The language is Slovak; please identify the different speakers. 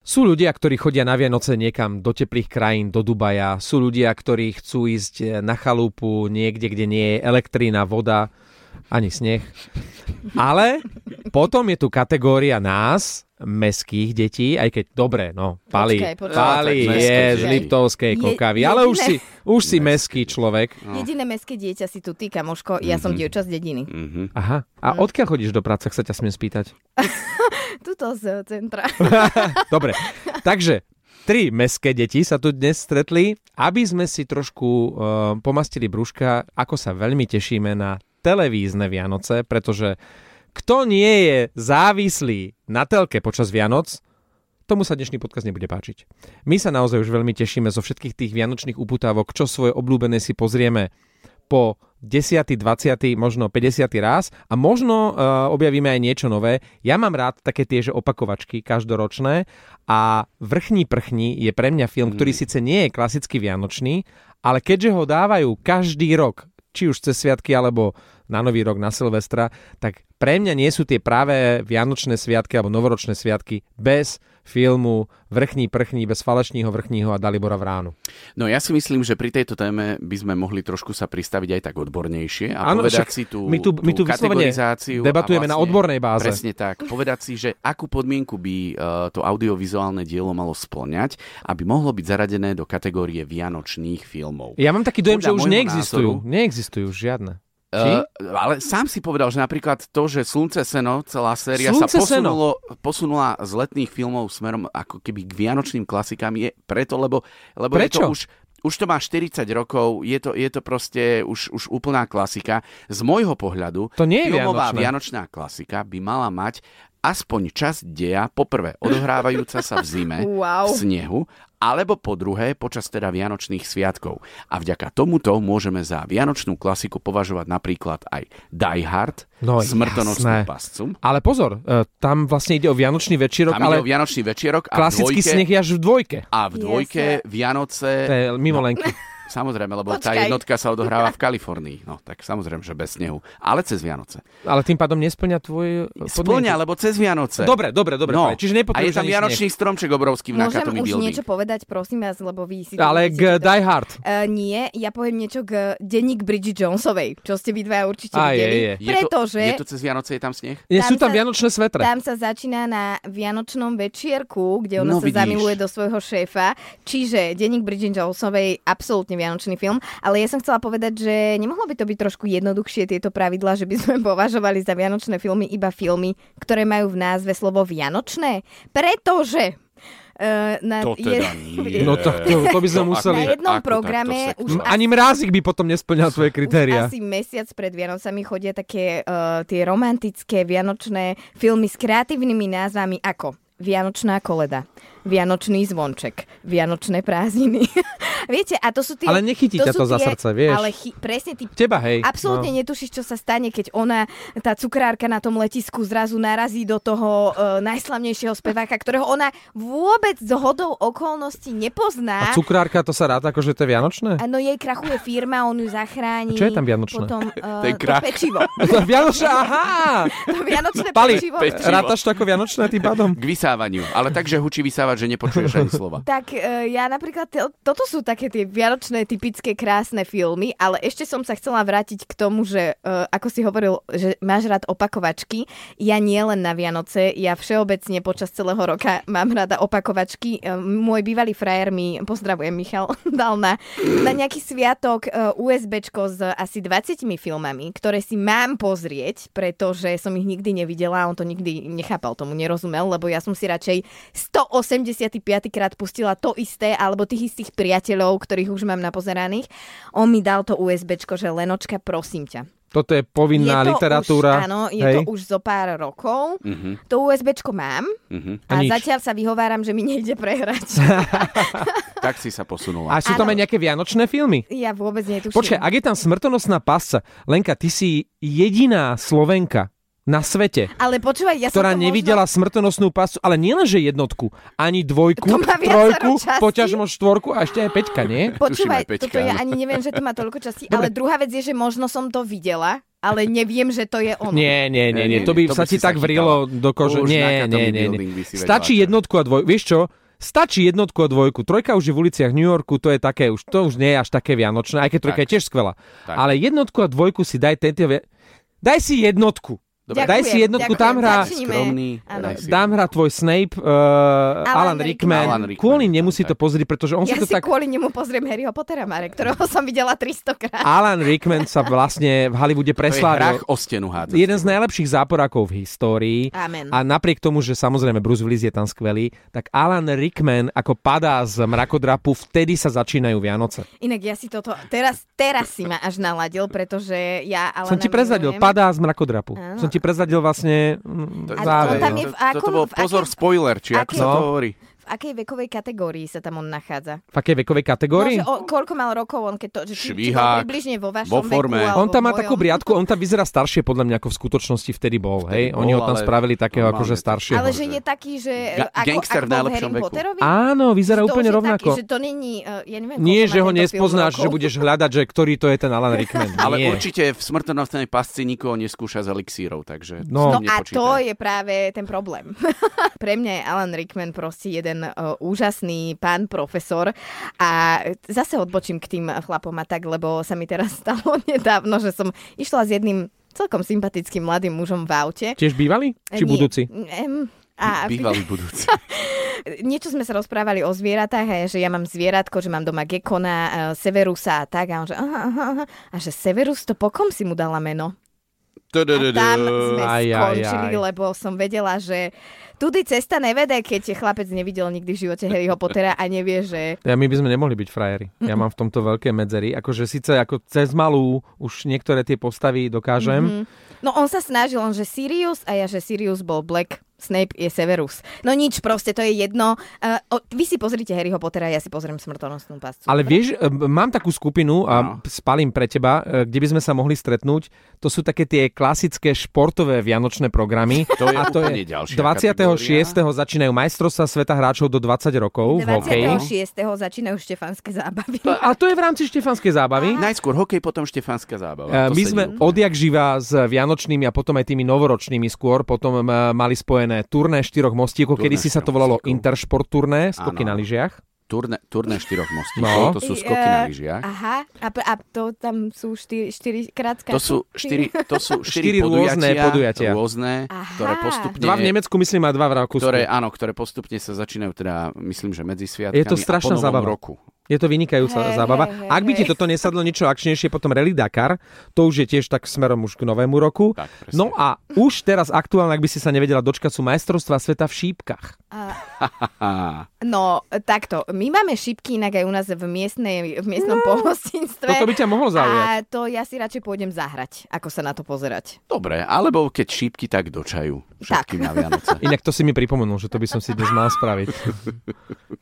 Speaker 1: Sú ľudia, ktorí chodia na Vianoce niekam do teplých krajín, do Dubaja. Sú ľudia, ktorí chcú ísť na chalúpu niekde, kde nie je elektrína, voda ani sneh. Ale potom je tu kategória nás, meských detí, aj keď dobre, no, Pali,
Speaker 2: Počkaj, počkaj.
Speaker 1: Pali
Speaker 2: No, tak
Speaker 1: je
Speaker 2: meské
Speaker 1: z
Speaker 2: deti.
Speaker 1: Liptovskej
Speaker 2: Je-
Speaker 1: kokavy, ale už
Speaker 2: jediné-
Speaker 1: si, už si meský človek.
Speaker 3: No.
Speaker 2: Jediné meské dieťa si tu ty, kamoško. Ja
Speaker 3: Mhm.
Speaker 2: som dievča z dediny.
Speaker 1: Aha, a
Speaker 2: Hm.
Speaker 1: odkiaľ chodíš do práce, ak sa ťa smiem spýtať?
Speaker 2: Tuto z centra.
Speaker 1: Dobre, takže tri meské deti sa tu dnes stretli, aby sme si trošku uh, pomastili brúška, ako sa veľmi tešíme na televízne Vianoce, pretože kto nie je závislý na telke počas Vianoc, tomu sa dnešný podcast nebude páčiť. My sa naozaj už veľmi tešíme zo všetkých tých vianočných uputávok, čo svoje obľúbené si pozrieme po 10., 20., možno 50. raz a možno uh, objavíme aj niečo nové. Ja mám rád také tie, že opakovačky každoročné a Vrchní prchní je pre mňa film, ktorý síce nie je klasicky vianočný, ale keďže ho dávajú každý rok, či už cez sviatky alebo na Nový rok, na Silvestra, tak pre mňa nie sú tie práve vianočné sviatky alebo novoročné sviatky bez filmu Vrchní prchní, bez Falešního vrchního a Dalibora Vránu.
Speaker 3: No ja si myslím, že pri tejto téme by sme mohli trošku sa pristaviť aj tak odbornejšie a
Speaker 1: Áno,
Speaker 3: povedať
Speaker 1: však
Speaker 3: si tú,
Speaker 1: my tu- my tu
Speaker 3: tú
Speaker 1: vyslovene
Speaker 3: kategorizáciu. a vlastne
Speaker 1: debatujeme na odbornej báze.
Speaker 3: Presne tak. Povedať si, že akú podmienku by eh, to audiovizuálne dielo malo splňať, aby mohlo byť zaradené do kategórie vianočných filmov.
Speaker 1: Ja mám taký dojem,
Speaker 3: Podľa
Speaker 1: že už
Speaker 3: môjho
Speaker 1: neexistujú.
Speaker 3: názoru-
Speaker 1: Neexistujú už žiadne. Či?
Speaker 3: Eh, ale sám si povedal, že napríklad to, že Slunce seno, celá séria
Speaker 1: Slunce,
Speaker 3: sa posunulo, posunula z letných filmov smerom ako keby k vianočným klasikám, je preto, lebo, lebo je
Speaker 1: Prečo?
Speaker 3: to už už to má 40 rokov, je to, je to proste už, už úplná klasika. Z môjho pohľadu,
Speaker 1: To nie je
Speaker 3: filmová
Speaker 1: vianočné.
Speaker 3: vianočná klasika by mala mať aspoň čas deja, poprvé odohrávajúca sa v zime,
Speaker 2: Wow.
Speaker 3: v snehu, alebo po druhé počas teda Vianočných sviatkov. A vďaka tomuto môžeme za Vianočnú klasiku považovať napríklad aj Die Hard,
Speaker 1: No, jasné.
Speaker 3: Smrtonosnú pascu.
Speaker 1: Ale pozor, e, tam vlastne ide o Vianočný večerok,
Speaker 3: Tam
Speaker 1: ale
Speaker 3: ale... je o Vianočný večerok a
Speaker 1: klasický
Speaker 3: v dvojke,
Speaker 1: sneh je až v dvojke.
Speaker 3: a v dvojke Vianoce,
Speaker 1: To je mimo lenky.
Speaker 3: samozrejme, lebo tá
Speaker 2: Počkaj.
Speaker 3: jednotka sa odohráva v Kalifornii. No, tak samozrejme, že bez snehu. Ale cez Vianoce.
Speaker 1: Ale tým pádom nesplňa tvoj...
Speaker 3: Splňa, lebo cez Vianoce.
Speaker 1: Dobre, dobre, dobre. No. Čiže
Speaker 3: a je
Speaker 1: nepotrebuješ
Speaker 3: tam
Speaker 1: ani
Speaker 3: Vianočný stromček obrovský v
Speaker 2: Môžem
Speaker 3: Nakatomi
Speaker 2: už
Speaker 3: building.
Speaker 2: niečo povedať, prosím vás, lebo vy si...
Speaker 1: sneh. Ale
Speaker 2: myslíte,
Speaker 1: k
Speaker 2: že to-
Speaker 1: Die Hard.
Speaker 2: Eh, nie, ja poviem niečo k denník Bridget Jonesovej, čo ste vy dvaja určite
Speaker 1: Á, je,
Speaker 2: videli.
Speaker 1: je.
Speaker 3: Je
Speaker 2: Pretože
Speaker 3: To, je to cez Vianoce, je tam sneh?
Speaker 1: Je,
Speaker 2: Tam
Speaker 1: sú tam
Speaker 2: sa-
Speaker 1: Vianočné svetre.
Speaker 2: tam sa začína na Vianočnom večierku, kde ona
Speaker 3: No,
Speaker 2: sa
Speaker 3: vidíš.
Speaker 2: zamiluje do svojho šéfa. Čiže denník Bridget Jonesovej, absolútne Vianočný film. Ale ja som chcela povedať, že nemohlo by to byť trošku jednoduchšie tieto pravidlá, že by sme považovali za Vianočné filmy iba filmy, ktoré majú v názve slovo Vianočné. Pretože... eh, na,
Speaker 4: To teda nie.
Speaker 1: No tak to, to by sme museli...
Speaker 2: Na jednom
Speaker 3: Ako
Speaker 2: programe
Speaker 3: takto No,
Speaker 2: už
Speaker 3: sekundárne?
Speaker 1: Ani mrázik by potom nesplňal svoje kritéria.
Speaker 2: Už asi mesiac pred Vianocami chodia také uh, tie romantické vianočné filmy s kreatívnymi názvami ako Vianočná koleda, Vianočný zvonček, Vianočné prázdniny. Viete, a to sú tie...
Speaker 1: Ale nechytí ťa to
Speaker 2: sú
Speaker 1: za
Speaker 2: tie-
Speaker 1: srdce, vieš.
Speaker 2: Ale chy, presne ty
Speaker 1: Teba, hej. No.
Speaker 2: Absolútne netušíš, čo sa stane, keď ona, tá cukrárka na tom letisku zrazu narazí do toho e, najslavnejšieho speváka, ktorého ona vôbec z hodou okolností nepozná.
Speaker 1: A cukrárka, to sa rád akože to je Vianočné?
Speaker 2: Áno, no, jej krachuje firma, on ju zachráni.
Speaker 1: A čo je tam vianočné?
Speaker 2: Potom uh,
Speaker 3: Ten
Speaker 2: to
Speaker 3: krach.
Speaker 2: pečivo.
Speaker 1: To je Vianočné, aha!
Speaker 2: To vianočné
Speaker 1: Pali,
Speaker 2: pečivo.
Speaker 3: pečivo.
Speaker 1: rátaš to ako Vianočné tým pádom?
Speaker 3: K vysávaniu. Ale takže hučí vysávať, že nepočuješ ani slova.
Speaker 2: Tak e, ja napríklad, to, toto sú také tie vianočné, typické, krásne filmy, ale ešte som sa chcela vrátiť k tomu, že e, ako si hovoril, že máš rád opakovačky. Ja nie len na Vianoce, ja všeobecne počas celého roka mám rada opakovačky. E, môj bývalý frajer mi, pozdravujem Michal, dal na, na nejaký sviatok e, USBčko s asi 20 filmami, ktoré si mám pozrieť, pretože som ich nikdy nevidela, on to nikdy nechápal, tomu nerozumel, lebo ja som si radšej 185 krát pustila to isté, alebo tých istých priateľov, ktorých už mám napozeraných. On mi dal to USBčko, že Lenočka, prosím ťa.
Speaker 1: Toto je povinná
Speaker 2: je to
Speaker 1: literatúra.
Speaker 2: Už, áno, je
Speaker 1: hej?
Speaker 2: to už zo pár rokov. To USBčko mám
Speaker 3: Mhm.
Speaker 2: a,
Speaker 1: A nič.
Speaker 2: zatiaľ sa vyhováram, že mi nejde prehrať.
Speaker 3: Tak si sa posunula.
Speaker 1: A sú tam aj
Speaker 2: Áno.
Speaker 1: nejaké Vianočné filmy?
Speaker 2: ja vôbec netuším.
Speaker 1: Počkaj, ak je tam smrtonosná pasca, Lenka, ty si jediná Slovenka na svete,
Speaker 2: Ale počúvaj, ja
Speaker 1: ktorá
Speaker 2: som to
Speaker 1: nevidela smrtonosnú pascu, ale nielenže jednotku, ani
Speaker 2: To
Speaker 1: dvojku,
Speaker 2: má viacero
Speaker 1: trojku,
Speaker 2: častí.
Speaker 1: poťažmo štvorku a ešte aj peťka, nie?
Speaker 2: Možno... Počúvaj,
Speaker 3: Tuším aj Peťka,
Speaker 2: toto ja
Speaker 3: áno.
Speaker 2: ani neviem, že to má toľko časti,
Speaker 1: Dobre.
Speaker 2: ale druhá vec je, že možno som to videla, ale neviem, že to je ono.
Speaker 1: Nie, nie, nie, nie, to by
Speaker 3: to
Speaker 1: sa
Speaker 3: by
Speaker 1: ti
Speaker 3: si sa
Speaker 1: tak vrilo do kože.
Speaker 3: Už na
Speaker 1: Nie, nie, nie,
Speaker 3: Academy
Speaker 1: nie.
Speaker 3: Building by si vedela,
Speaker 1: Stačí
Speaker 3: čo.
Speaker 1: jednotku a dvoj. Vieš čo? Stačí jednotku a dvojku. Trojka už je v uliciach New Yorku, to je také už, to už nie je až také vianočné, aj keď trojka
Speaker 3: Tak.
Speaker 1: je tiež skvelá.
Speaker 3: Tak.
Speaker 1: Ale jednotku a dvojku si daj tento... vie- Daj si jednotku.
Speaker 3: Dobre.
Speaker 1: Daj si jednotku, tam hrá-
Speaker 2: začnime.
Speaker 3: Skromný,
Speaker 2: Áno.
Speaker 3: daj si-
Speaker 1: Dám hra tvoj Snape, uh, Alan, Rickman. Alan
Speaker 2: Alan Rickman.
Speaker 3: Alan
Speaker 1: Rickman.
Speaker 3: Rickman,
Speaker 1: Kvôli
Speaker 3: tak,
Speaker 1: nemu si
Speaker 3: tak.
Speaker 1: to pozri, pretože on
Speaker 2: ja
Speaker 1: si to
Speaker 2: si
Speaker 1: tak...
Speaker 2: kvôli nemu pozriem Harryho Pottera, Marek, ktorého som videla 300 krát.
Speaker 1: Alan Rickman sa vlastne v Hollywoode
Speaker 3: To je hrách
Speaker 1: preslávil.
Speaker 3: o stenu hádzať.
Speaker 1: Jeden z najlepších záporákov v histórii.
Speaker 2: Amen.
Speaker 1: A napriek tomu, že samozrejme Bruce Willis je tam skvelý, tak Alan Rickman ako padá z mrakodrapu, vtedy sa začínajú Vianoce.
Speaker 2: Inak ja si toto, teraz, teraz si ma až naladil, pretože ja Alana
Speaker 1: Som ti prezradil,
Speaker 2: milujem.
Speaker 1: padá z mrakodrapu.
Speaker 2: Áno.
Speaker 1: Som ti prezradil vlastne mm,
Speaker 3: To-
Speaker 2: A
Speaker 1: záver.
Speaker 2: on tam
Speaker 1: no.
Speaker 2: je v
Speaker 3: to- Toto
Speaker 2: akom-
Speaker 3: bol
Speaker 2: v aké-
Speaker 3: pozor spoiler, či ako
Speaker 2: aké-
Speaker 3: sa to
Speaker 1: No.
Speaker 3: hovorí.
Speaker 2: V akej vekovej kategórii sa tam on nachádza?
Speaker 1: V akej vekovej kategórii?
Speaker 2: No, že o, koľko mal rokov on, keď to... Že, či, či bol
Speaker 3: Švihák,
Speaker 2: približne vo vašom
Speaker 3: vo forme.
Speaker 2: Veku, alebo
Speaker 1: On tam má
Speaker 2: v mojom.
Speaker 1: takú briadku, on tam vyzerá staršie podľa mňa, ako v skutočnosti vtedy bol. Hej?
Speaker 3: Vtedy bol,
Speaker 1: Oni ho tam
Speaker 3: ale
Speaker 1: spravili takého
Speaker 3: normálne
Speaker 1: akože
Speaker 3: to-
Speaker 1: staršieho.
Speaker 2: Ale že je taký, že...
Speaker 3: Ga-
Speaker 2: ako, ako
Speaker 3: gangster v
Speaker 2: bol
Speaker 3: najlepšom
Speaker 2: Harrym
Speaker 3: veku.
Speaker 2: Potterovi?
Speaker 1: Áno, vyzerá
Speaker 2: Že to
Speaker 1: úplne
Speaker 2: už je
Speaker 1: rovnako.
Speaker 2: Taký, že to není... eh, Ja neviem,
Speaker 1: Nie,
Speaker 2: koľko
Speaker 1: že
Speaker 2: má
Speaker 1: ho
Speaker 2: tento film
Speaker 1: nespoznáš,
Speaker 2: rokov.
Speaker 1: že budeš hľadať, že ktorý to je ten Alan Rickman.
Speaker 3: Ale
Speaker 1: Nie.
Speaker 3: určite v smrtonosnej pasci nikoho neskúša z elixírov, takže
Speaker 1: No.
Speaker 2: No
Speaker 3: s tým
Speaker 2: a
Speaker 3: nepočítaj.
Speaker 2: to je práve ten problém. Pre mňa je Alan Rickman proste jeden uh, úžasný pán profesor a zase odbočím k tým chlapom a tak, lebo sa mi teraz stalo nedávno, že som išla s jedným celkom sympatickým mladým mužom v aute.
Speaker 1: Tiež bývalý? Či
Speaker 2: Nie,
Speaker 1: budúci?
Speaker 2: em, a
Speaker 3: Bývalý budúci.
Speaker 2: niečo sme sa rozprávali o zvieratách, a ja, že ja mám zvieratko, že mám doma gekona, e, severusa a tak. A on že aha, aha, aha. A že severus, to pokom si mu dala meno? A tam sme
Speaker 1: Aj, aj,
Speaker 2: skončili,
Speaker 1: aj.
Speaker 2: lebo som vedela, že tudy cesta nevede, keď chlapec nevidel nikdy v živote Harryho Pottera a nevie, že...
Speaker 1: Ja, my by sme nemohli byť frajeri. Ja mám v tomto veľké medzery. Akože síce ako cez malú už niektoré tie postavy dokážem.
Speaker 2: No on sa snažil, on že Sirius a ja, že Sirius bol Black, Snape je Severus. No nič, proste to je jedno. Uh, o, vy si pozrite Harryho Pottera, ja si pozriem smrtonosnú pascu.
Speaker 1: Ale vieš, e, mám takú skupinu a
Speaker 3: No.
Speaker 1: spalím pre teba, e, kde by sme sa mohli stretnúť. To sú také tie klasické športové vianočné programy.
Speaker 3: To je
Speaker 1: a to
Speaker 3: úplne
Speaker 1: je
Speaker 3: ďalšia
Speaker 1: 26. začínajú majstrovstvá sveta hráčov do 20 rokov v hokeji.
Speaker 2: 26. začínajú štefanské zábavy.
Speaker 1: A to je v rámci štefanskej zábavy.
Speaker 3: Najskôr hokej, potom Štefánska zábava.
Speaker 1: E,
Speaker 3: To
Speaker 1: My
Speaker 3: sedí
Speaker 1: sme
Speaker 3: úplne.
Speaker 1: odjak živa s vianočnými a potom aj tými novoročnými skôr, potom e, mali spojené turné štyroch mostíkov,
Speaker 3: Turné
Speaker 1: kedy si sa to
Speaker 3: štyroch
Speaker 1: volalo
Speaker 3: mostíkov.
Speaker 1: Intersport turné, skoky
Speaker 3: Áno.
Speaker 1: na lyžiach.
Speaker 3: Turné, turné štyroch mostí.
Speaker 1: No.
Speaker 3: To sú skoky na
Speaker 2: Eh,
Speaker 3: lyžiach.
Speaker 2: Aha, a, pr- a to tam sú 4 štyri, krát
Speaker 3: To sú štyri, to sú
Speaker 1: Štyri
Speaker 3: štyri
Speaker 1: rôzne
Speaker 3: podujatia,
Speaker 1: podujatia.
Speaker 3: rôzne,
Speaker 2: Aha.
Speaker 3: ktoré postupne...
Speaker 1: Dva v Nemecku, myslím, a dva v Rakúsku.
Speaker 3: ktoré, áno, ktoré postupne sa začínajú, teda myslím, že medzi sviatkami
Speaker 1: Je to strašná
Speaker 3: a po novom
Speaker 1: zábava.
Speaker 3: roku.
Speaker 1: Je to vynikajúca
Speaker 2: Hej,
Speaker 1: zábava.
Speaker 2: hej, hej,
Speaker 1: Ak by ti
Speaker 2: hej.
Speaker 1: toto nesadlo niečo akčnejšie, potom Rally Dakar, to už je tiež tak smerom už k novému roku.
Speaker 3: Tak, presne.
Speaker 1: No a už teraz aktuálne, ak by si sa nevedela dočkať, sú majstrovstvá sveta v šípkach.
Speaker 3: Á,
Speaker 2: No, takto. My máme šipky inak aj u nás v, miestnej, v miestnom no, pohostinstve.
Speaker 1: Toto by ťa mohlo zaujať.
Speaker 2: A to ja si radšej pôjdem zahrať, ako sa na to pozerať.
Speaker 3: dobre, alebo keď šípky, tak do čaju. Všetkým
Speaker 2: Tak.
Speaker 3: na Vianoce.
Speaker 1: Inak to si mi pripomenul, že to by som si dnes mal spraviť.